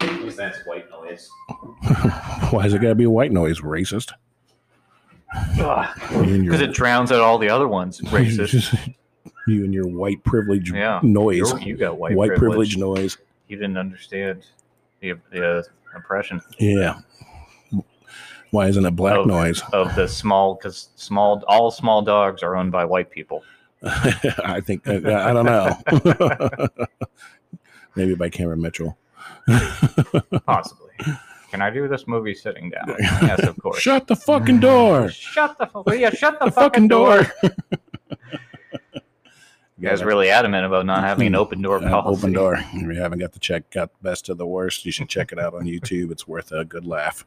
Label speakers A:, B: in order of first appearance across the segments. A: least that's white noise.
B: Why is it got to be white noise? Racist.
A: Because
B: You and your-
A: it drowns out all the other ones. Racist.
B: you and your white privilege
A: Yeah.
B: noise.
A: You, you got white,
B: white
A: privilege.
B: privilege noise.
A: You didn't understand the, the uh, oppression
B: Yeah. Why isn't it black
A: Oh.
B: noise?
A: of the small, because small, all small dogs are owned by white people.
B: I think I, I don't know. Maybe by Cameron Mitchell.
A: Possibly. Can I do this movie sitting down? Yes, of course.
B: Shut the fucking door.
A: Shut the, fu- will ya shut the,
B: the fucking door.
A: You guys really adamant about not having Hmm. an open door
B: Uh,
A: policy.
B: open door. If you haven't got the check, got the best of the worst. You should check it out on YouTube. It's worth a good laugh.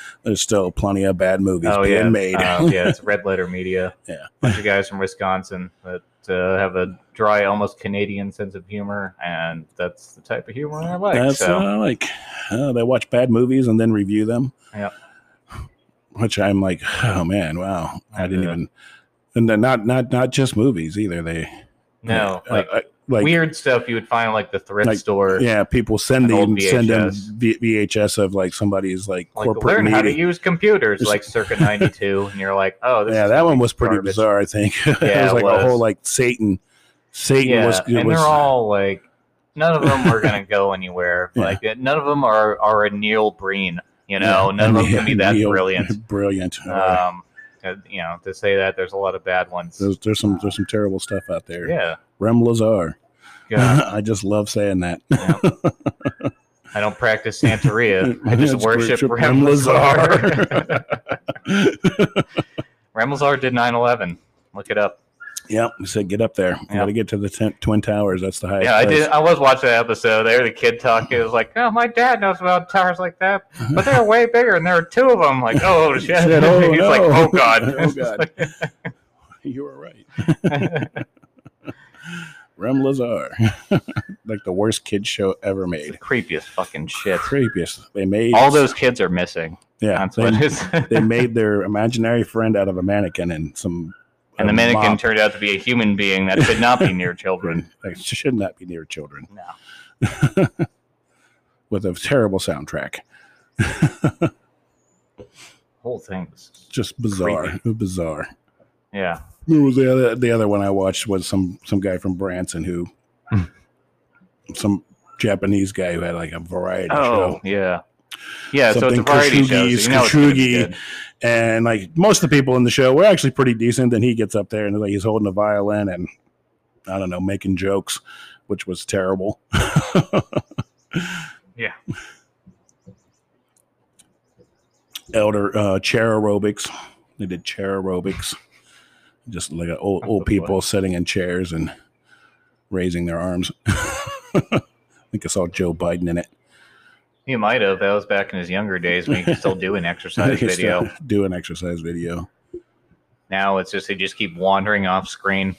B: There's still plenty of bad movies
A: oh
B: being
A: yeah,
B: made.
A: uh, yeah. It's Red Letter Media.
B: Yeah.
A: bunch of guys from Wisconsin that uh, have a dry, almost Canadian sense of humor, and that's the type of humor I like.
B: That's
A: so
B: what I like uh, they watch bad movies and then review them.
A: Yep.
B: Which I'm like, oh man, wow, I didn't
A: Yeah.
B: even. And then not not not just movies either. They
A: no,
B: uh,
A: like,
B: uh, like
A: weird stuff you would find like the thrift
B: Like,
A: store.
B: yeah, people send
A: An old
B: them send them
A: VHS.
B: V- VHS of like somebody's like,
A: Like
B: corporate
A: learn how to
B: meeting.
A: use computers,
B: Just-
A: like circa '92, and you're like, oh, this
B: Yeah,
A: is
B: that one
A: like
B: was pretty
A: garbage.
B: bizarre. I think it
A: Yeah,
B: was
A: it
B: like
A: was.
B: a whole like Satan. Satan
A: Yeah,
B: was.
A: and
B: was
A: they're all like, none of them are gonna go anywhere.
B: Yeah.
A: Like, none of them are are a Neil Breen. You know,
B: yeah,
A: none of them
B: and
A: can be that
B: Neil-
A: brilliant.
B: Brilliant. Uh,
A: Um, uh, you know, to say that there's a lot of bad ones.
B: there's, there's some there's some terrible stuff out there.
A: Yeah,
B: Rem Lazar.
A: yeah.
B: I just love saying that.
A: I don't practice Santeria. I just
B: It's
A: worship,
B: worship
A: Rem
B: Rem
A: Lazar. Rem Lazar did 9/11. Look it up.
B: Yep. He said, get up there. You
A: Yep.
B: got to get to the ten, Twin Towers. That's the highest.
A: Yeah, I
B: place."
A: did. I was watching that episode. There, the kid talking. It was like, "Oh, my dad knows about towers like that, but they're way bigger, and there are two of them." Like, oh shit!
B: Shit, oh,
A: He's
B: no.
A: like, "Oh god,
B: Oh, God. You were right. Rem Lazar. like the worst kid show ever
A: It's the
B: made.
A: creepiest fucking shit."
B: Creepiest. They made
A: All those kids are missing.
B: Yeah.
A: That's
B: they,
A: what it is.
B: they made their imaginary friend out of a mannequin and some. uh,
A: And
B: a
A: the mannequin
B: mop.
A: turned out to be a human being that should not be near children.
B: Like, should not be near children
A: No.
B: with a terrible soundtrack.
A: Whole thing was,
B: Just bizarre. Bizarre.
A: yeah.
B: Who was the other the other one I watched was some some guy from Branson who
A: Hmm.
B: some Japanese guy who had like a variety
A: Oh,
B: show
A: yeah. Yeah, so it's a
B: Something
A: variety show.
B: Khashoggi's
A: So you know it's gonna be
B: Khashoggi.
A: good.
B: and like most of the people in the show were actually pretty decent and he gets up there and like he's holding a violin and I don't know making jokes which was terrible.
A: Yeah.
B: Elder uh chair aerobics. They did chair aerobics. Just like a old old people sitting in chairs and raising their arms. I think I saw Joe Biden in it.
A: He might have. That was back in his younger days when he could still do an exercise
B: He's
A: video.
B: still Do an exercise video.
A: Now it's just they just keep wandering off screen.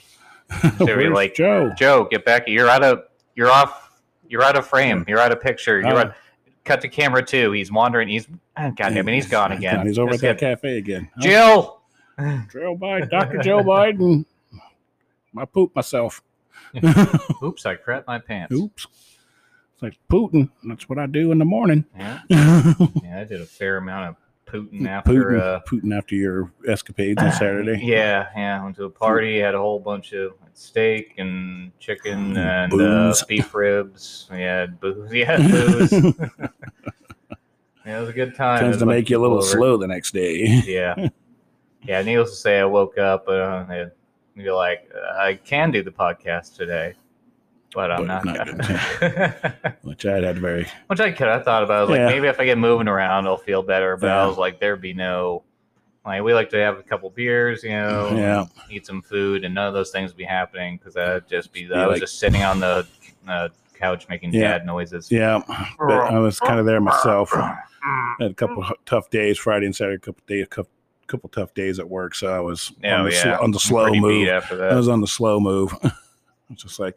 A: So we
B: Where's
A: like-
B: Joe.
A: Joe, get back! You're out of you're off you're out of frame. You're out of picture. You're
B: Uh,
A: out, cut to camera two. He's wandering. He's oh, God damn it, he's gone again.
B: He's over
A: Just
B: at that
A: get-
B: cafe again. Oh,
A: Jill.
B: Joe Biden, Dr. Joe Biden. I pooped myself.
A: Oops, I crap my pants.
B: Oops. It's like Putin. That's what I do in the morning.
A: Yeah,
B: Putin,
A: yeah, I did a fair amount of Putin after uh
B: Putin after your escapades on Saturday.
A: Yeah, yeah. Went to a party,
B: Hmm.
A: had a whole bunch of steak and chicken and uh,
B: Booze.
A: beef ribs. We had booze. Yeah, booze. yeah, it was a good time. There
B: Tends to
A: was a bunch
B: make you a
A: of
B: little
A: people over.
B: slow the next day.
A: Yeah. Yeah, needless to say, I woke up uh, and you're like, I can do the podcast today, but I'm
B: But
A: not,
B: not
A: gonna.
B: Which I had very
A: Which I could. I thought about. it. I was
B: Yeah.
A: like, maybe if I get moving around, I'll feel better. But I
B: Yeah.
A: was like, there'd be no. Like we like to have a couple beers, you know,
B: Yeah.
A: eat some food, and none of those things would be happening because I'd just be. I
B: Yeah,
A: was
B: like-
A: just sitting on the uh, couch making
B: Yeah.
A: dad noises.
B: yeah. But uh, I was kind of there myself. had a couple of tough days Friday and Saturday, a couple day, a couple, couple tough days at work. So I was
A: Oh,
B: on, the, sl-
A: yeah.
B: on the slow
A: Pretty
B: move.
A: beat after
B: I
A: that.
B: was on the slow move. I was just like,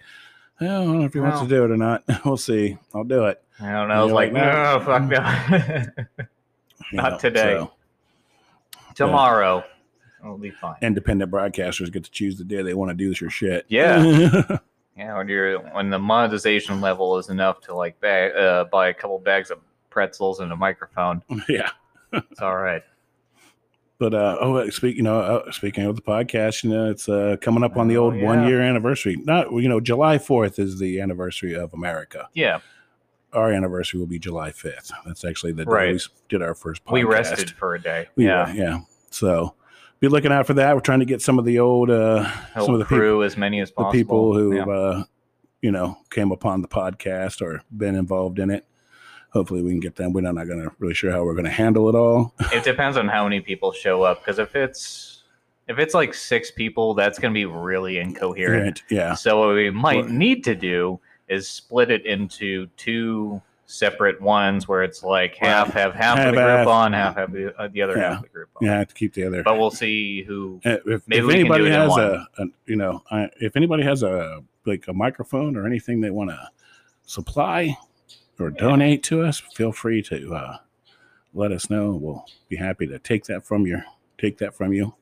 B: I don't know if he wants to do it or not. We'll see. I'll do it.
A: I don't know. I was
B: You're
A: like,
B: like, "Mm,
A: no, fuck no.
B: You
A: Not today.
B: so
A: Tomorrow, I'll be fine.
B: independent broadcasters get to choose the day they want to do this your shit.
A: Yeah. Yeah, when you're when the monetization level is enough to like bag, uh, buy a couple bags of pretzels and a microphone,
B: yeah.
A: it's all right.
B: But uh, oh, speak you know, uh, speaking of the podcast, you know, it's uh, coming up on the
A: Oh,
B: old
A: yeah.
B: one year anniversary. Not you know, July fourth is the anniversary of America.
A: Yeah,
B: Our anniversary will be July fifth. That's actually the day
A: Right.
B: we s- did our first podcast.
A: we rested for a day.
B: We
A: yeah,
B: were, yeah. So be looking out for that. We're trying to get some of the old uh,
A: help
B: some of the people
A: crew as many as
B: the
A: possible.
B: people who
A: Yeah.
B: uh, you know came upon the podcast or been involved in it. Hopefully, we can get them. We're not going to really sure how we're going to handle it all.
A: it depends on how many people show up because if it's if it's like six people, that's going to be really incoherent.
B: Right, Yeah,
A: So what we might
B: Well-
A: need to do is split it into two separate ones where it's like half have half of the group
B: Half, half.
A: on, half have the, uh, the other
B: Yeah.
A: half of the group on.
B: yeah. I have to keep the other.
A: But we'll see who.
B: Uh,
A: Maybe
B: if, if
A: we can do
B: anybody
A: it in
B: has
A: one.
B: a, a you know I, if anybody has a like a microphone or anything they want to supply or
A: Yeah.
B: donate to us feel free to uh, let us know we'll be happy to take that from your take that from you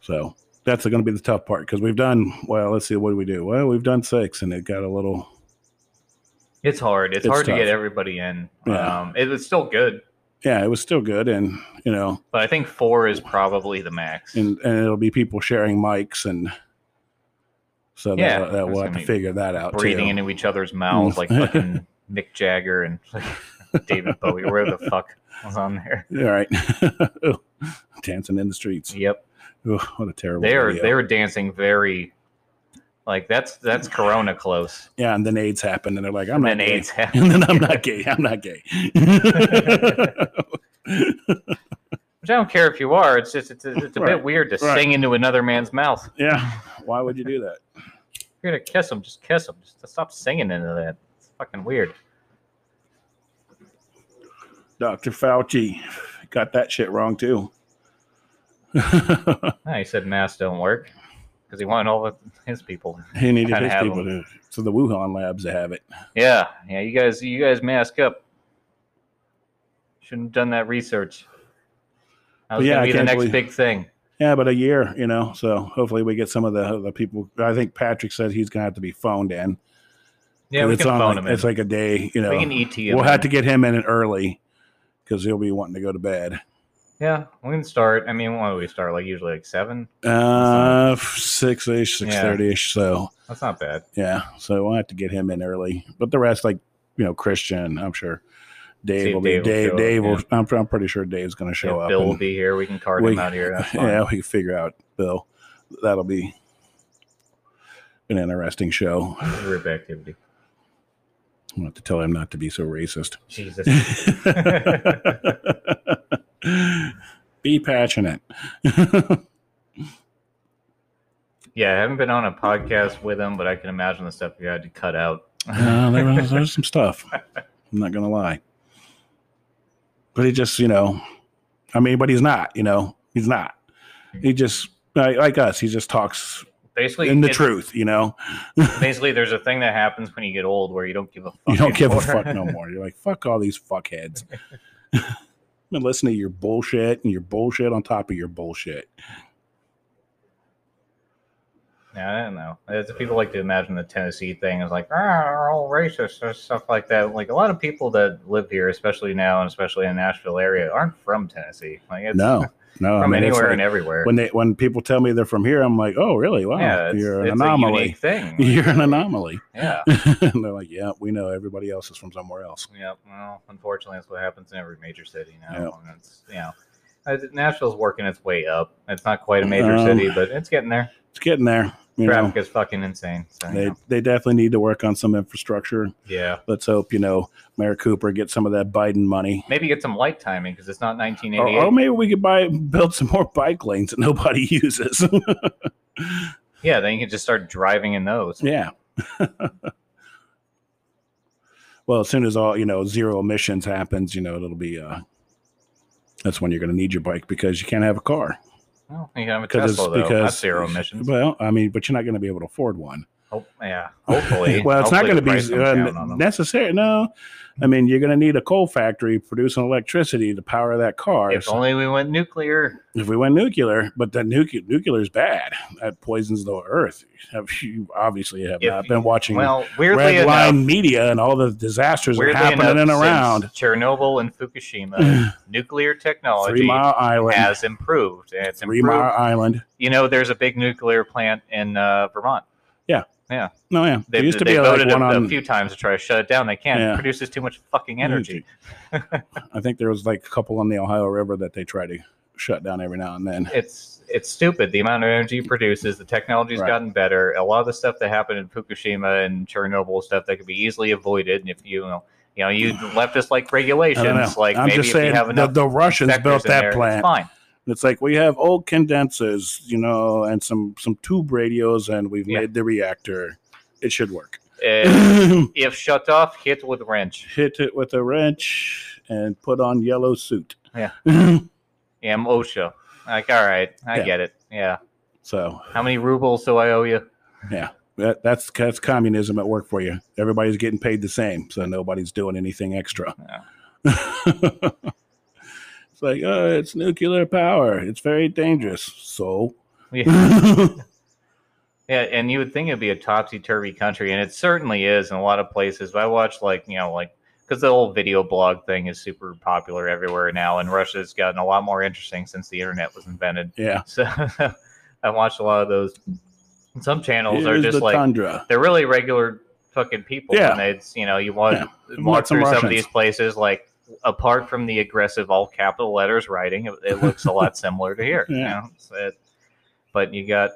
B: so that's going to be the tough part because we've done well let's see what do we do well we've done six and it got a little
A: It's hard. It's,
B: It's
A: hard to get
B: tough.
A: everybody in.
B: Yeah.
A: Um, it was still good,
B: yeah it was still good and you know
A: but I think four is probably the max.
B: and and it'll be people sharing mics and so
A: Yeah,
B: that, that
A: that's
B: we'll have
A: gonna
B: to
A: be
B: figure that out
A: breathing
B: too.
A: into each other's mouths
B: Mm.
A: like fucking Mick Jagger and like David Bowie, where the fuck was on there.
B: All right. Ugh. Dancing in the streets.
A: Yep,
B: Ugh, what a terrible
A: they are
B: video.
A: they were dancing very, like that's that's Corona close.
B: Yeah, and then AIDS happened and they're like, I'm
A: And
B: not
A: then
B: gay.
A: AIDS happened,
B: And then I'm not gay. I'm not gay.
A: which I don't care if you are. It's just it's, it's a
B: Right,
A: bit weird to
B: right.
A: sing into another man's mouth.
B: yeah. Why would you do that?
A: If you're gonna kiss him, just kiss him. Just stop singing into that. It's fucking weird.
B: Dr. Fauci got that shit wrong too.
A: No, Ah, he said masks don't work because he wanted all of his people.
B: he needed
A: Gotta
B: his
A: have
B: people to so the Wuhan labs to have it.
A: Yeah, yeah. You guys, you guys mask up. Shouldn't have done that research. That was
B: Yeah,
A: gonna
B: I
A: be the
B: can't
A: next
B: believe-
A: big thing.
B: Yeah, but a year, you know. So hopefully we get some of the the people. I think Patrick said he's gonna have to be phoned in.
A: Yeah, we
B: it's
A: can
B: on
A: phone
B: like,
A: him
B: It's
A: in.
B: like a day, you know.
A: we can ET him.
B: we'll have to
A: in.
B: get him in early because he'll be wanting to go to bed.
A: Yeah, we can start. I mean, when do we start? Like usually like seven.
B: Uh, six ish, six thirty ish. So
A: That's not bad.
B: yeah, so we'll have to get him in early. But the rest, like you know, Christian, I'm sure Dave
A: See if
B: will be
A: Dave will
B: Dave.
A: show up,
B: Dave will.
A: yeah.
B: I'm, I'm pretty sure Dave's going to show
A: If
B: up.
A: Bill will
B: and-
A: be here. We can card
B: we-
A: him out here. That's fine.
B: yeah, we can figure out Bill. That'll be an interesting show.
A: Group activity.
B: I'll have to tell him not to be so racist.
A: Jesus.
B: be passionate.
A: Yeah, I haven't been on a podcast with him, but I can imagine the stuff you had to cut out.
B: Uh, there was, there's some stuff. I'm not gonna lie. But he just, you know, I mean, but he's not, you know, he's not. He just like, like us. He just talks
A: basically,
B: in the
A: it's-
B: truth, you know.
A: Basically, there's a thing that happens when you get old where you don't give a fuck.
B: You don't give a
A: anymore.
B: fuck no more. You're like, fuck all these fuckheads. I'm gonna listen to your bullshit and your bullshit on top of your bullshit.
A: Yeah, I don't know. It's, people like to imagine the Tennessee thing is like, ah, they're all racist and stuff like that. Like a lot of people that live here, especially now and especially in Nashville area, aren't from Tennessee. Like it's
B: No, no. I
A: from
B: mean, it's
A: anywhere
B: like
A: and everywhere.
B: when they when people tell me they're from here, I'm like, oh, really? Wow,
A: yeah, it's,
B: you're an
A: it's a
B: anomaly.
A: unique thing.
B: You're an anomaly.
A: yeah,
B: and they're like, yeah, we know everybody else is from somewhere else.
A: yeah. Well, unfortunately, that's what happens in every major city now.
B: Yep.
A: And it's you know, I- Nashville's working its way up. It's not quite a major
B: Um,
A: city, but it's getting there.
B: It's getting there. You know,
A: Traffic is fucking insane. So, you
B: they
A: know.
B: they definitely need to work on some infrastructure.
A: yeah.
B: Let's hope you know Mayor Cooper gets some of that Biden money.
A: Maybe get some light timing because it's not
B: Or,
A: 1988.
B: or maybe we could buy build some more bike lanes that nobody uses.
A: yeah, then you can just start driving in those.
B: yeah. well, as soon as all you know zero emissions happens, you know it'll be. uh That's when you're going to need your bike because you can't have a car.
A: Well, you can have a
B: Because
A: Tesla
B: it's
A: though.
B: because
A: That's zero emissions.
B: Well, I mean, but you're not going to be able to afford one.
A: Hope- yeah, hopefully.
B: well, it's not
A: hopefully
B: going to
A: the price
B: be
A: comes down
B: uh,
A: on them.
B: necessary. No, I mean, you're going to need a coal factory producing electricity to power that car.
A: If
B: So
A: only we went nuclear.
B: if we went nuclear, but that nuclear nuclear is bad. That poisons the earth. Have you obviously have
A: If-
B: not been watching
A: Well, weirdly
B: red
A: enough,
B: line media and all the disasters that are
A: weirdly
B: happening
A: enough,
B: and around
A: since Chernobyl and Fukushima, nuclear
B: Three
A: technology
B: Mile Island.
A: has improved. And it's
B: Three
A: improved.
B: Mile Island.
A: You know, there's a big nuclear plant in uh, Vermont.
B: No, yeah,
A: They,
B: there used to
A: they
B: be like
A: voted
B: one
A: a, a
B: on.
A: few times to try to shut it down. They can't.
B: Yeah.
A: It produces too much fucking energy.
B: I think there was like a couple on the Ohio River that they try to shut down every now and then.
A: It's it's stupid. The amount of energy it produces, the technology's
B: Right.
A: gotten better. A lot of the stuff that happened in Fukushima and Chernobyl stuff that could be easily avoided if you, know, you know, you left us like
B: I don't know.
A: regulations. Like
B: I'm
A: maybe
B: just
A: if you
B: saying
A: have
B: the,
A: enough
B: the Russians
A: sectors
B: built
A: in
B: that
A: there,
B: plant.
A: It's fine.
B: And It's like we have old condensers, you know, and some some tube radios, and we've
A: Yeah.
B: made the reactor. It should work.
A: Uh, if shut off, hit with wrench.
B: Hit it with a wrench and put on yellow suit.
A: Yeah.
B: Yeah.
A: Yeah, I'm OSHA. Like, all right, I
B: Yeah.
A: get it. Yeah.
B: so
A: How many rubles do I owe you?
B: that, that's that's communism at work for you. Everybody's getting paid the same, so nobody's doing anything extra. it's like, oh, it's nuclear power. It's very dangerous. So,
A: Yeah.
B: yeah,
A: Yeah, and you would think it'd be a topsy turvy country, and it certainly is in a lot of places. But I watch like you know like because the whole video blog thing is super popular everywhere now, and Russia's gotten a lot more interesting since the internet was invented. So I watched a lot of those. Some channels are
B: Here's
A: just
B: the
A: like
B: tundra.
A: they're really regular fucking people.
B: Yeah.
A: And it's you know, you want
B: Yeah.
A: walk
B: Lots of
A: through some of
B: Russians.
A: these places like apart from the aggressive all capital letters writing, it, it looks a lot similar to here. You
B: Yeah.
A: know? So it- but you got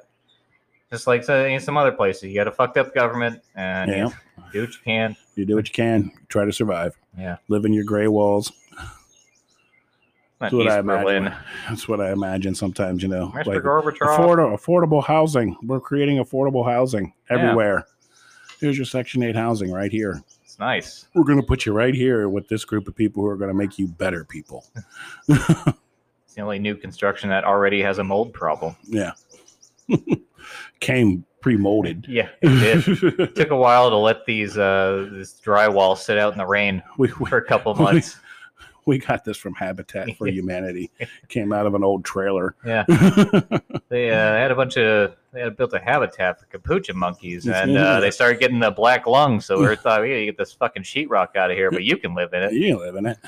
A: just like so- in some other places, you got a fucked up government and
B: Yeah.
A: you do what you can.
B: You do what you can. Try to survive.
A: Yeah.
B: Live in your gray walls.
A: Not
B: That's what
A: East
B: I imagine.
A: Berlin.
B: That's what I imagine sometimes, you know.
A: Mr.
B: Like
A: Gorbachev.
B: affordable, affordable housing. We're creating affordable housing
A: Yeah.
B: everywhere. Here's your Section 8 housing right here.
A: it's nice.
B: We're going to put you right here with this group of people who are going to make you better people.
A: It's the only new construction that already has a mold problem.
B: Yeah. Came pre molded.
A: Yeah, it did. took a while to let these uh this drywall sit out in the rain
B: we, we,
A: for a couple months.
B: we got this from Habitat for Humanity. Came out of an old trailer.
A: Yeah, they uh, had a bunch of they had built a habitat for capuchin monkeys, and uh, they started getting the black lung. So we thought, we gotta get this fucking sheetrock out of here, but you can live in it.
B: You can live in it.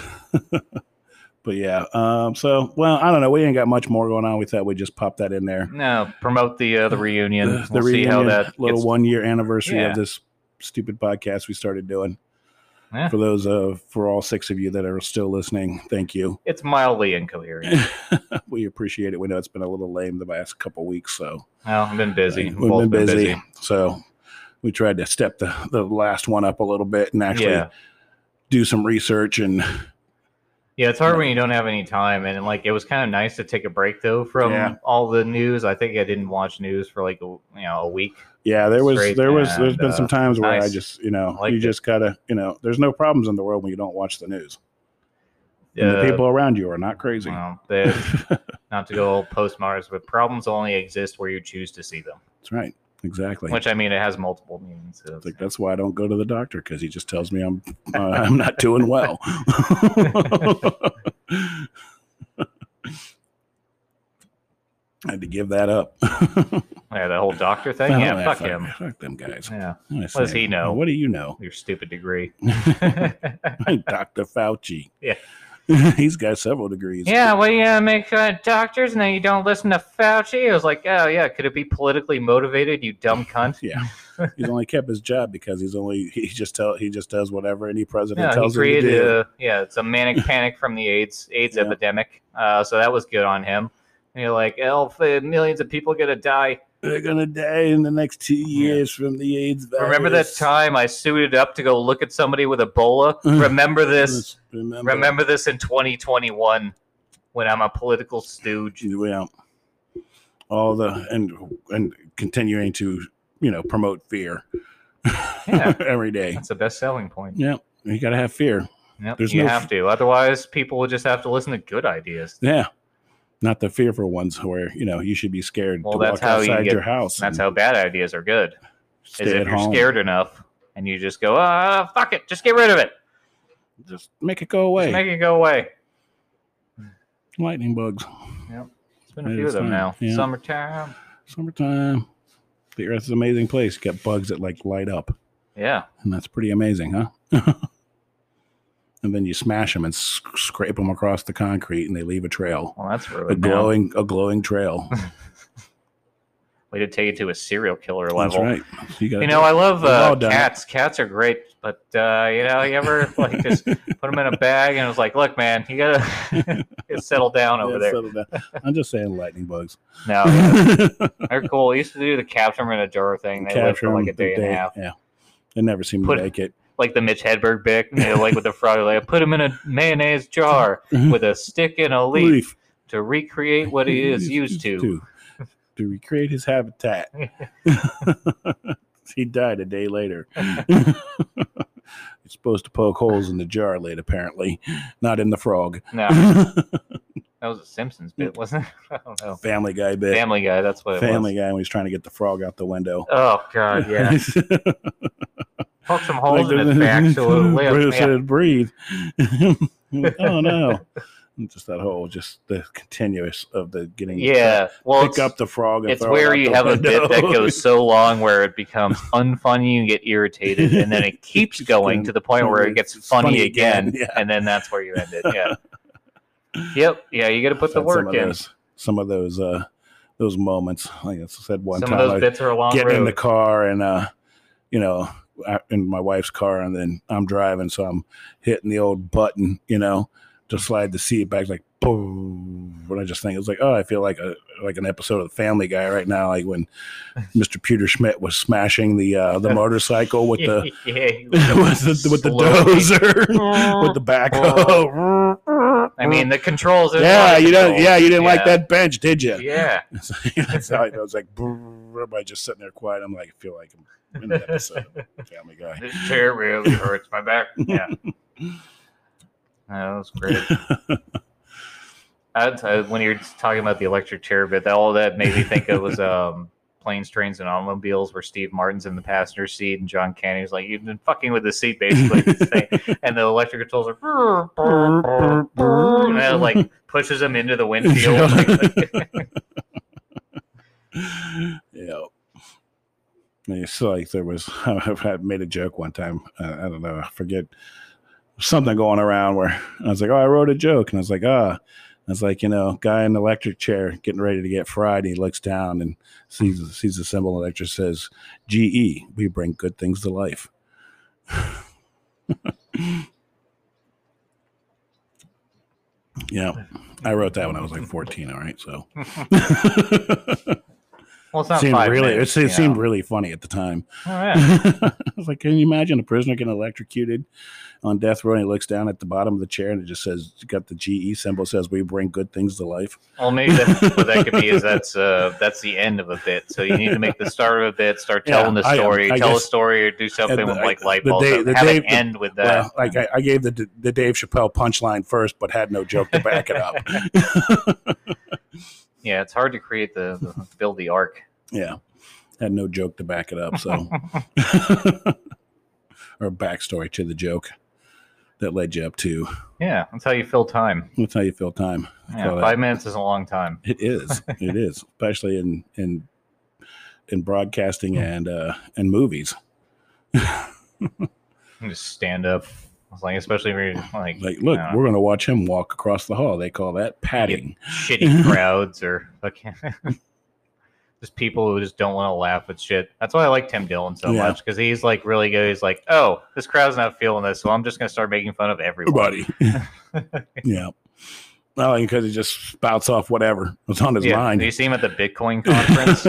B: but yeah, um, so well, I don't know. We ain't got much more going on. We thought we'd just pop that in there.
A: No, promote the uh, the reunion.
B: the
A: we'll see
B: reunion,
A: how that
B: little
A: gets-
B: one year anniversary
A: Yeah.
B: of this stupid podcast we started doing.
A: Yeah.
B: For those of for all six of you that are still listening, thank you.
A: It's mildly incoherent.
B: we appreciate it. We know it's been a little lame the last couple weeks, so
A: No, I've been busy.
B: We've
A: We've both
B: been busy, so we tried to step the the last one up a little bit and actually
A: Yeah,
B: do some research and
A: yeah. It's hard when you don't have any time, and like it was kind of nice to take a break though from
B: Yeah.
A: all the news. I think I didn't watch news for like a, you know a week.
B: Yeah, there was
A: Straight
B: there was there's
A: and,
B: been
A: uh,
B: some times where I
A: nice.
B: just you know
A: I liked
B: you
A: it.
B: just gotta you know there's no problems in the world when you don't watch the news. And
A: Uh,
B: the people around you are not crazy.
A: Well, they, not to go all postmoderns, but problems only exist where you choose to see them.
B: That's right, exactly.
A: Which I mean, it has multiple meanings. so
B: It's like that's why I don't go to the doctor because he just tells me I'm uh, I'm not doing well. I had to give that up.
A: yeah, the whole doctor thing.
B: Oh,
A: yeah, fuck him.
B: Fuck them guys.
A: Yeah,
B: I
A: does
B: say,
A: he know?
B: What do you know?
A: your stupid degree.
B: I'm Dr. Fauci.
A: Yeah. He's
B: He's got several degrees.
A: yeah, well, you gotta make fun of doctors, and then you don't listen to Fauci. I was like, oh yeah, could it be politically motivated? You dumb cunt.
B: Yeah. He's only kept his job because he's only he just tell he just does whatever any president
A: Yeah, he
B: tells him to
A: created.
B: do.
A: A, yeah, it's a manic panic from the AIDS AIDS
B: Yeah.
A: epidemic. Uh, so that was good on him. And you're like, elf, uh, millions of people gonna die.
B: They're gonna die in the next two years from the AIDS virus.
A: Remember that time I suited up to go look at somebody with Ebola?
B: Mm.
A: Remember this.
B: Remember,
A: Remember this in 2021 when I'm a political stooge.
B: Well, all the and and continuing to you know promote fear
A: Yeah,
B: every day.
A: that's the best selling point.
B: Yeah, you gotta have fear.
A: Yep,
B: There's
A: you
B: no-
A: have to. Otherwise, people will just have to listen to good ideas.
B: Yeah, not the fearful ones where you know you should be scared
A: Well,
B: to
A: that's
B: walk
A: how you
B: outside
A: get-
B: your house.
A: That's
B: and
A: how bad ideas are good.
B: stay
A: is if
B: at
A: you're
B: home.
A: scared enough, and you just go, ah, fuck it, just get rid of it,
B: Just make it go away.
A: just make it go away.
B: Lightning bugs.
A: It's been a
B: Yeah,
A: few of
B: it's
A: them
B: fine.
A: now.
B: Yeah.
A: Summertime,
B: Summertime. The Earth's an amazing place. You got bugs that like light up,
A: yeah,
B: and that's pretty amazing, huh? and then you smash them and sc- scrape them across the concrete, and they leave a trail,
A: well, that's
B: a
A: ruined. Now.
B: glowing, a glowing trail.
A: Way to take it to a serial killer level.
B: that's right. You got
A: You know, I love
B: We've
A: uh,
B: all done it.
A: cats. Cats are great, but uh, you know, you ever like just put them in a bag and it was like, look, man, you gotta get settled down over there.
B: I'm just saying, lightning bugs.
A: No, yeah, they're cool. We used to do the capture them in a jar thing. They lived
B: Capture
A: for like
B: them
A: a day and a half,
B: Yeah, they never seem
A: Put-
B: to make it.
A: like the Mitch Hedberg bit, you know, like with the frog. Like, put him in a mayonnaise jar
B: Mm-hmm.
A: with a stick and a leaf to recreate what he is used to.
B: to- to recreate his habitat. he died a day later. it's supposed to poke holes in the jar lid, apparently, not in the frog.
A: No, that was a Simpsons bit, wasn't it? I don't know.
B: Family Guy bit.
A: Family Guy. That's what it
B: Family
A: was.
B: Guy when he's trying to get the frog out the window.
A: Oh God, yeah. Poke some holes in his
B: the-
A: back so it'll
B: Bruce
A: live. Yeah.
B: said, breathe. oh no! Just that whole, just the continuous of the getting.
A: Yeah, well,
B: Pick
A: it's,
B: up the frog. And
A: it's
B: throw it
A: where
B: out
A: you
B: the
A: have a bit
B: window.
A: that goes so long where it becomes unfunny, you get irritated, and then it keeps
B: Keeps
A: going
B: going.
A: to the point where it gets funny,
B: funny
A: again,
B: again, yeah.
A: and then that's where you end it. Yeah. yep. Yeah, you got to put the
B: I've had some
A: work
B: of
A: in.
B: Those, some of those, uh, those moments. Like I said one
A: Some of
B: time,
A: those
B: I
A: bits are a long
B: get in the
A: road.
B: car and uh you know I, in my wife's car and then i'm driving so i'm hitting the old button you know to slide the seat back like boom But i just think it's like oh i feel like a like an episode of the family guy right now like when mr peter schmidt was smashing the uh the motorcycle with the
A: yeah,
B: with the, with the
A: slowly. Oh,
B: dozer with the backhoe
A: I mean, the controls. there's a lot
B: yeah
A: of
B: you don't
A: controls.
B: yeah you didn't like
A: Yeah.
B: that bench did you
A: Yeah.
B: so, you know, it's like, I was like, brrr, everybody just sitting there quiet. I'm like, I feel like I'm in an episode of Family Guy.
A: This chair really hurts my back. Yeah. that was great. That's, uh, when you're talking about the electric chair bit, that, all that made me think it was um, planes, trains, and automobiles, where Steve Martin's in the passenger seat and John Candy's like, "You've been fucking with the seat, basically," this thing. and the electric controls are, brr, brr, brr, brr, and it, like pushes him into the windshield.
B: yeah. It's like there was, I made a joke one time. Uh, I don't know, I forget something going around where I was like, oh, I wrote a joke. And I was like, ah. I was like, you know, guy in an electric chair getting ready to get fried. He looks down and sees sees the symbol. Electric says, "GE, we bring good things to life." yeah, I wrote that when I was like fourteen. All right, so
A: well, it's not
B: seemed
A: five
B: really
A: minutes,
B: it,
A: you
B: se- seemed
A: know.
B: really funny at the time.
A: Oh, yeah.
B: I was like, can you imagine a prisoner getting electrocuted on death row? And he looks down at the bottom of the chair and it just says, "Got the GE symbol says we bring good things to life."
A: Well, maybe that's what that could be is that's uh, that's the end of a bit. So you need to make the start of a bit, start
B: Yeah,
A: telling the
B: I-
A: story,
B: I
A: tell a
B: guess-
A: story, or do something
B: the-
A: with like
B: I-
A: light
B: the
A: bulbs.
B: day-
A: up.
B: the
A: Have
B: day-
A: it
B: the-
A: end with that.
B: Well, like I, I gave the the Dave Chappelle punchline first, but had no joke to back it up.
A: Yeah, it's hard to create the, the build the arc.
B: yeah, had no joke to back it up. So, or backstory to the joke that led you up to.
A: Yeah, that's how you fill time.
B: That's how you fill time.
A: Yeah,
B: Call it-
A: five minutes is a long time.
B: It is. It is, especially in in in
A: Hmm.
B: broadcasting and uh and movies.
A: You just stand up. It's like especially when you're like,
B: Like, look,
A: Yeah.
B: we're going to watch him walk across the hall. They call that padding.
A: shitty crowds or fucking just people who just don't want to laugh at shit. That's why I like Tim Dillon so
B: Yeah.
A: much because he's like really good. He's like, oh, this crowd's not feeling this, so I'm just gonna start making fun of everyone.
B: Everybody. yeah. Well, because he just spouts off whatever was on his
A: yeah,
B: mind.
A: You see him at the Bitcoin conference.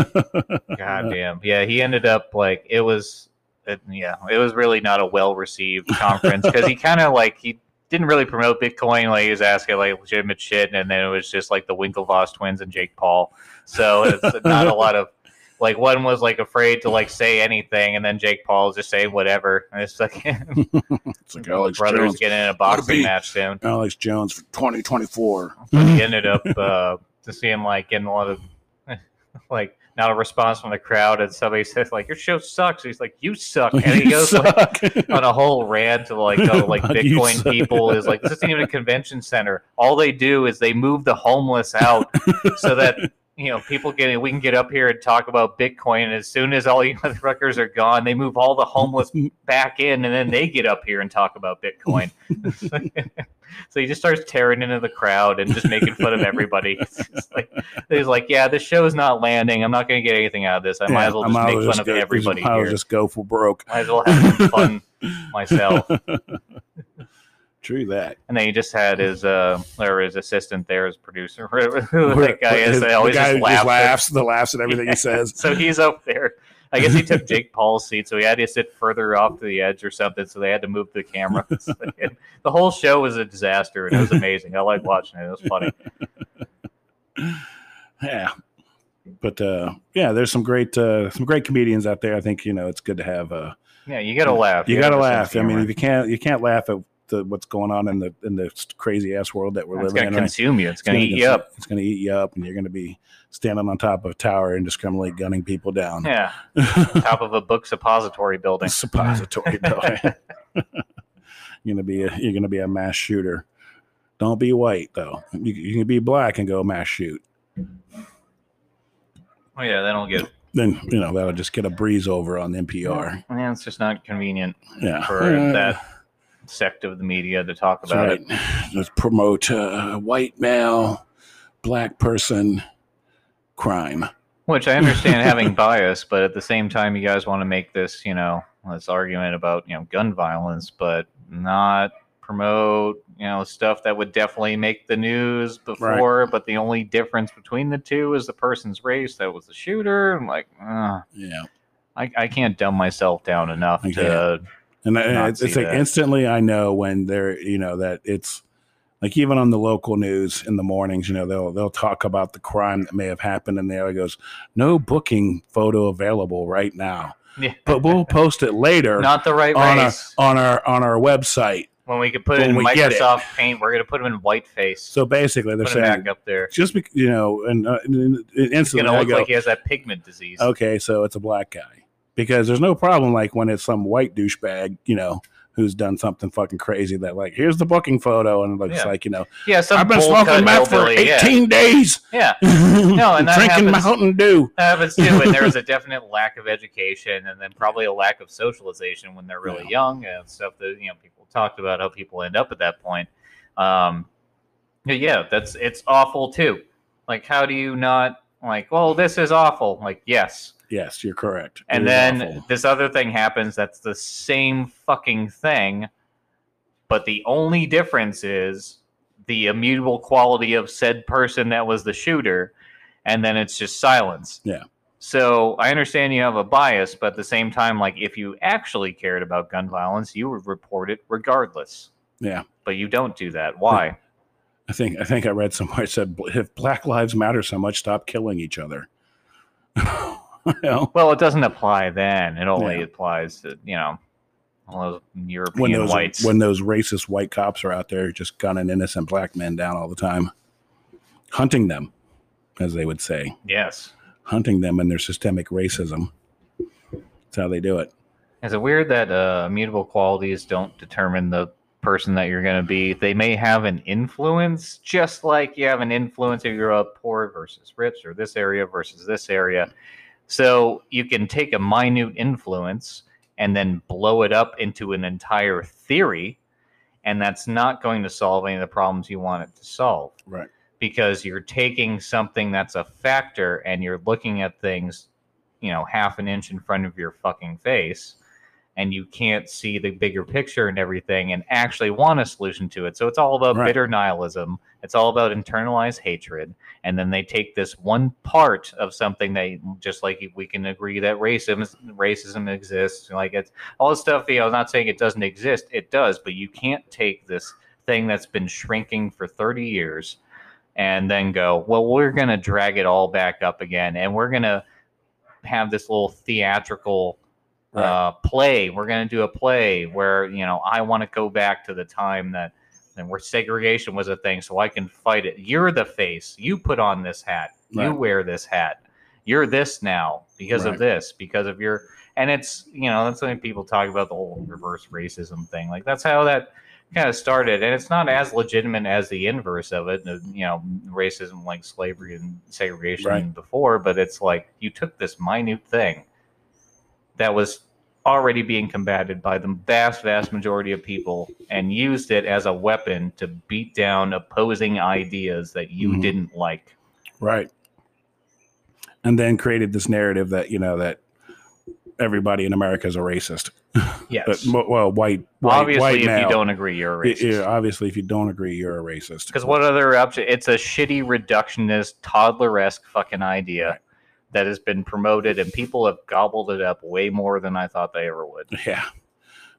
A: God damn. Yeah, he ended up like it was. It, yeah, it was really not a well received conference because he kind of like he didn't really promote Bitcoin. Like he was asking like legitimate shit, and then it was just like the Winklevoss twins and Jake Paul. So it's not a lot of like one was like afraid to like say anything, and then Jake Paul is just saying whatever. And it's like
B: It's like
A: the
B: Alex
A: brothers
B: Jones.
A: getting in a
B: be-
A: boxing match soon.
B: Alex Jones for 2024.
A: But he ended up uh, to see him like getting a lot of like not a response from the crowd, and somebody says like, "Your show sucks." He's like, "You suck," and he goes like, on a whole rant of like, oh, like
B: Fuck, you
A: Bitcoin
B: suck.
A: people is like, this isn't even a convention center. All they do is they move the homeless out so that you know people can we can get up here and talk about Bitcoin. And as soon as all you motherfuckers are gone, they move all the homeless back in, and then they get up here and talk about Bitcoin. so he just starts tearing into the crowd and just making fun of everybody. It's just like, he's like, yeah, this show is not landing. I'm not going to get anything out of this. I might
B: Yeah,
A: as well
B: I
A: just
B: might
A: make
B: as well
A: fun of
B: go-
A: everybody
B: I might as well
A: here.
B: just go for broke.
A: Might as well have some fun myself.
B: True that.
A: And then he just had his uh or his assistant there, his producer, whoever that guy is that
B: The
A: always
B: guy
A: just
B: who
A: laughs. at-
B: the laughs at everything he says.
A: So he's up there. I guess he took Jake Paul's seat, so he had to sit further off to the edge or something. So they had to move the camera. the whole show was a disaster, and it was amazing. I liked watching it; it was funny.
B: Yeah. But uh, yeah, there's some great uh, some great comedians out there. I think you know it's good to have. Uh,
A: Yeah, you gotta laugh.
B: you got to
A: have a
B: laugh.
A: sense
B: I
A: of
B: mean, if
A: humor.
B: you can't you can't laugh at the, what's going on in the in the crazy ass world that we're
A: it's gonna
B: living in. right?
A: consume you. It's gonna, eat
B: cons-
A: you up.
B: It's going to eat you up, and you're going to be standing on top of a tower indiscriminately gunning people down.
A: Yeah, top of a book suppository building.
B: Suppository. though. you're going to be a, you're going to be a mass shooter. Don't be white though. You, you can be black and go mass shoot.
A: Oh yeah, they don't get.
B: Then you know that'll just get a breeze over on NPR.
A: Yeah, it's just not convenient
B: Yeah,
A: for
B: Yeah.
A: that sect of the media to talk
B: That's
A: about it.
B: right. Just promote uh, white male, black person, crime.
A: Which I understand having bias, but at the same time, you guys want to make this, you know, this argument about, you know, gun violence, but not promote, you know, stuff that would definitely make the news before. But the only difference between the two is the person's race that was the shooter. I'm like, ugh,
B: Yeah,
A: I, I can't dumb myself down enough
B: I
A: to.
B: and I,
A: Not
B: it's, it's
A: see
B: like
A: that.
B: instantly I know when they're you know that it's like even on the local news in the mornings, you know they'll they'll talk about the crime that may have happened, and there it goes, no booking photo available right now,
A: Yeah.
B: but we'll post it later
A: Not the right
B: on our
A: race.
B: on our on our website.
A: when we could put it
B: when
A: in
B: we get it.
A: Microsoft Paint, we're going to put them in whiteface.
B: So basically, they're
A: put them back
B: saying
A: up there.
B: just be, you know, and, uh, and
A: It's going
B: instantly
A: to
B: I
A: look
B: go,
A: like he has that pigment disease.
B: okay, so it's a black guy. Because there's no problem like when it's some white douchebag, you know, who's done something fucking crazy that like, here's the booking photo, and it looks
A: Yeah.
B: like, you know,
A: Yeah, some
B: I've been
A: bowl-cut
B: smoking meth for
A: hillbilly, yeah.
B: 18 days.
A: yeah.
B: No,
A: and that
B: drinking
A: happens-
B: Mountain Dew.
A: That happens too, and there was a definite lack of education, and then probably a lack of socialization when they're really
B: Yeah.
A: young and stuff that you know people talked about how people end up at that point. Um, but yeah, that's it's awful too. Like, how do you not like? Well, this is awful. Like, yes,
B: Yes, you're correct.
A: and
B: It is
A: then
B: awful.
A: this other thing happens. That's the same fucking thing, but the only difference is the immutable quality of said person that was the shooter, and then it's just silence.
B: Yeah.
A: So I understand you have a bias, but at the same time, like if you actually cared about gun violence, you would report it regardless.
B: Yeah.
A: But you don't do that. Why?
B: I think I think I read somewhere it said if Black Lives Matter so much, stop killing each other. you know,
A: Well, it doesn't apply then. It only
B: Yeah.
A: applies to you know all those European
B: when those
A: whites.
B: when those racist white cops are out there just gunning innocent black men down all the time, hunting them, as they would say.
A: yes.
B: hunting them and their systemic racism. That's how they do it.
A: Is it weird that uh, immutable qualities don't determine the person that you're going to be? They may have an influence, just like you have an influence if you're a poor versus rich, or this area versus this area. So you can take a minute influence and then blow it up into an entire theory, and that's not going to solve any of the problems you want it to solve
B: Right.
A: because you're taking something that's a factor and you're looking at things, you know, half an inch in front of your fucking face and you can't see the bigger picture and everything and actually want a solution to it. So it's all about
B: Right.
A: bitter nihilism. It's all about internalized hatred. And then they take this one part of something they just like we can agree that racism racism exists. Like it's all this stuff, you know, I'm not saying it doesn't exist. It does, but you can't take this thing that's been shrinking for 30 years and then go, well, we're going to drag it all back up again. And we're going to have this little theatrical uh, play. We're going to do a play where, you know, I want to go back to the time that and where segregation was a thing so I can fight it. You're the face. You put on this hat. You
B: Right.
A: wear this hat. you're this now because
B: Right.
A: of this because of your and it's you know that's when people talk about the whole reverse racism thing like that's how that kind of started and it's not as legitimate as the inverse of it the, you know racism like slavery and segregation
B: Right.
A: before but it's like you took this minute thing that was already being combated by the vast vast majority of people and used it as a weapon to beat down opposing ideas that you
B: Mhm.
A: didn't like
B: Right. And then created this narrative that, you know, that everybody in America is a racist.
A: yes
B: But, mo- well, white, white
A: obviously
B: white
A: if
B: male.
A: you don't agree you're a
B: Y-
A: racist
B: yeah, obviously, if you don't agree, you're a racist.
A: Because what other option? It's a shitty reductionist, toddler-esque fucking idea
B: Right.
A: that has been promoted, and people have gobbled it up way more than I thought they ever would.
B: Yeah.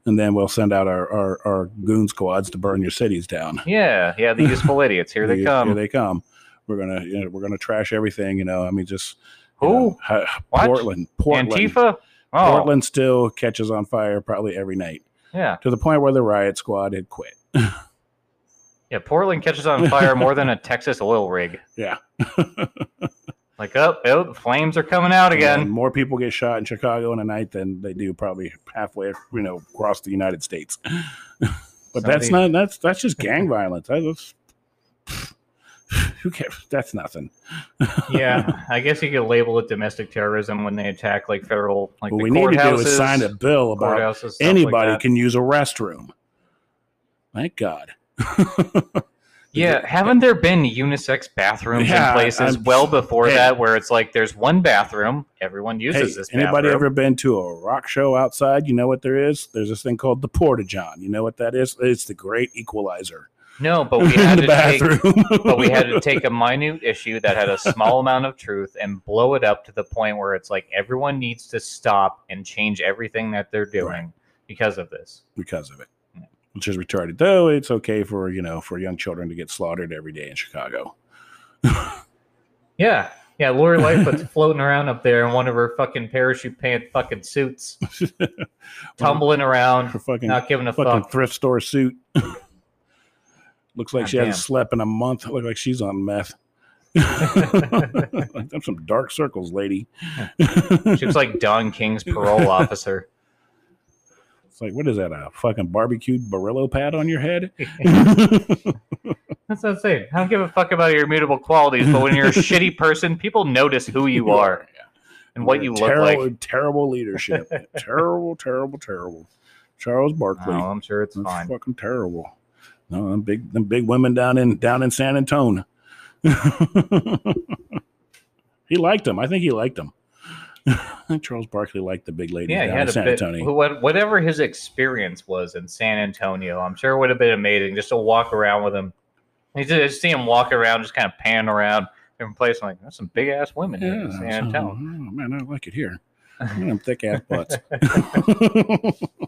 B: And then we'll send out our, our, our goon squads to burn your cities down.
A: Yeah, yeah, the useful idiots here they
B: Here-
A: come.
B: Here they come. We're gonna you know, we're gonna trash everything. You know, I mean, just you
A: Who?
B: know, ha-
A: What?
B: Portland, Portland,
A: Antifa? Oh,
B: Portland still catches on fire probably every night
A: yeah,
B: to the point where the riot squad had quit.
A: yeah. Portland catches on fire more than a Texas oil rig.
B: Yeah.
A: Like, oh, oh, flames are coming out
B: And
A: again.
B: more people get shot in Chicago in a night than they do probably halfway, you know, across the United States. but that's
A: Somebody-
B: not that's that's just gang violence. That was, who cares? That's nothing.
A: yeah, I guess you could label it domestic terrorism when they attack like federal, like
B: what
A: the
B: we need to do is
A: courthouses,
B: sign a bill about
A: courthouses, stuff like
B: anybody
A: that.
B: can use a restroom. Thank God.
A: Yeah, haven't there been unisex bathrooms
B: Yeah,
A: in places
B: I'm-
A: well before
B: hey.
A: that where it's like there's one bathroom, everyone
B: Hey,
A: uses this
B: anybody
A: bathroom.
B: ever been to a rock show outside? You know what there is? There's this thing called the Porta John. You know what that is? It's the great equalizer
A: no, but we
B: in
A: had
B: the
A: to take
B: bathroom.
A: but we had to take a minute issue that had a small amount of truth and blow it up to the point where it's like everyone needs to stop and change everything that they're doing
B: Right.
A: because of this.
B: because of it, which is retarded. Though it's okay for you know for young children to get slaughtered every day in Chicago.
A: Yeah. Yeah, Lori Lightfoot's floating around up there in one of her fucking parachute pant fucking suits, tumbling around,
B: Her fucking
A: not giving a
B: fucking
A: fuck.
B: thrift store suit. Looks like
A: God
B: she hasn't
A: damn.
B: slept in a month. Looks like she's on meth. I'm some dark circles, lady.
A: She looks like Don King's parole officer.
B: It's like, what is that? A fucking barbecued Barillo pad on your head?
A: That's what I'm saying. I don't give a fuck about your immutable qualities, but when you're a shitty person, people notice who you are and what you look
B: terrible,
A: like.
B: Terrible leadership. terrible, terrible, terrible. Charles Barkley.
A: No, Oh, I'm sure it's
B: That's
A: fine.
B: fucking terrible. No, them big, them big women down in down in San Antonio. he liked them. I think he liked them. Charles Barkley liked the big lady
A: Yeah, he
B: down
A: had
B: in
A: a
B: San
A: bit.
B: Antonio.
A: what- Whatever his experience was in San Antonio, I'm sure it would have been amazing just to walk around with him. You just, just see him walk around, just kind of pan around different place. I'm like, that's some big ass women here in San
B: so, oh,
A: Antonio.
B: man, I like it here. Them thick ass butts.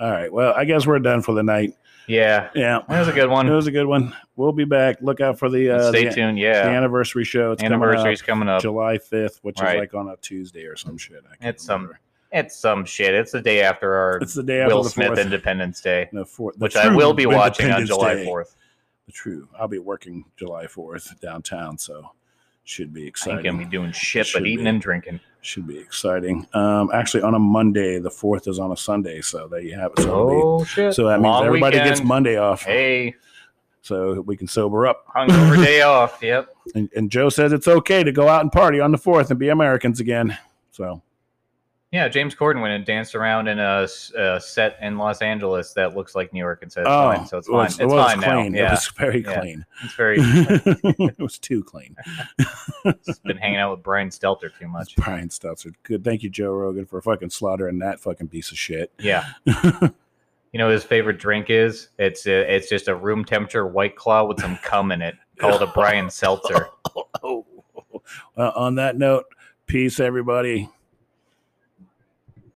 B: All right. Well, I guess we're done for the night.
A: Yeah,
B: Yeah.
A: that was a good
B: It
A: one.
B: was a good one. We'll be back. Look out for the uh,
A: Stay
B: the,
A: tuned.
B: the
A: Yeah,
B: anniversary show. It's
A: anniversary's coming up.
B: coming up July fifth, which
A: Right.
B: is like on a Tuesday or some shit. I can't
A: It's some-
B: remember.
A: It's some shit. It's the day after our
B: It's the day after
A: Will
B: the
A: Smith
B: fourth.
A: Independence Day.
B: the fourth the
A: which I
B: true
A: will be watching on
B: Independence
A: July
B: Day.
A: fourth.
B: The true. I'll be working July fourth downtown, so should
A: I
B: be
A: ain't gonna be
B: exciting.
A: doing shit
B: should
A: but eating
B: be.
A: and drinking.
B: Should be exciting. Um, actually, on a Monday, the fourth is on a Sunday, so there you have it. So, it'll be-
A: Oh shit!
B: so that means
A: Long
B: everybody
A: weekend.
B: gets Monday off,
A: Hey,
B: so we can sober up.
A: hungover day off. Yep.
B: And, and Joe says it's okay to go out and party on the fourth and be Americans again. So
A: Yeah, James Corden went and danced around in a, s- a set in Los Angeles that looks like New York and says fine, so it's
B: Oh, well,
A: fine. It's,
B: well,
A: fine
B: clean.
A: now. Yeah,
B: It was very
A: Yeah.
B: clean.
A: it's very.
B: it was too clean.
A: It's been hanging out with Brian Stelter too much.
B: Brian Stelzer. Good. Thank you, Joe Rogan, for fucking slaughtering that fucking piece of shit.
A: Yeah. You know what his favorite drink is? It's a, it's just a room temperature white claw with some cum in it called a Brian Seltzer.
B: Uh, Oh. Well, on that note, peace, everybody.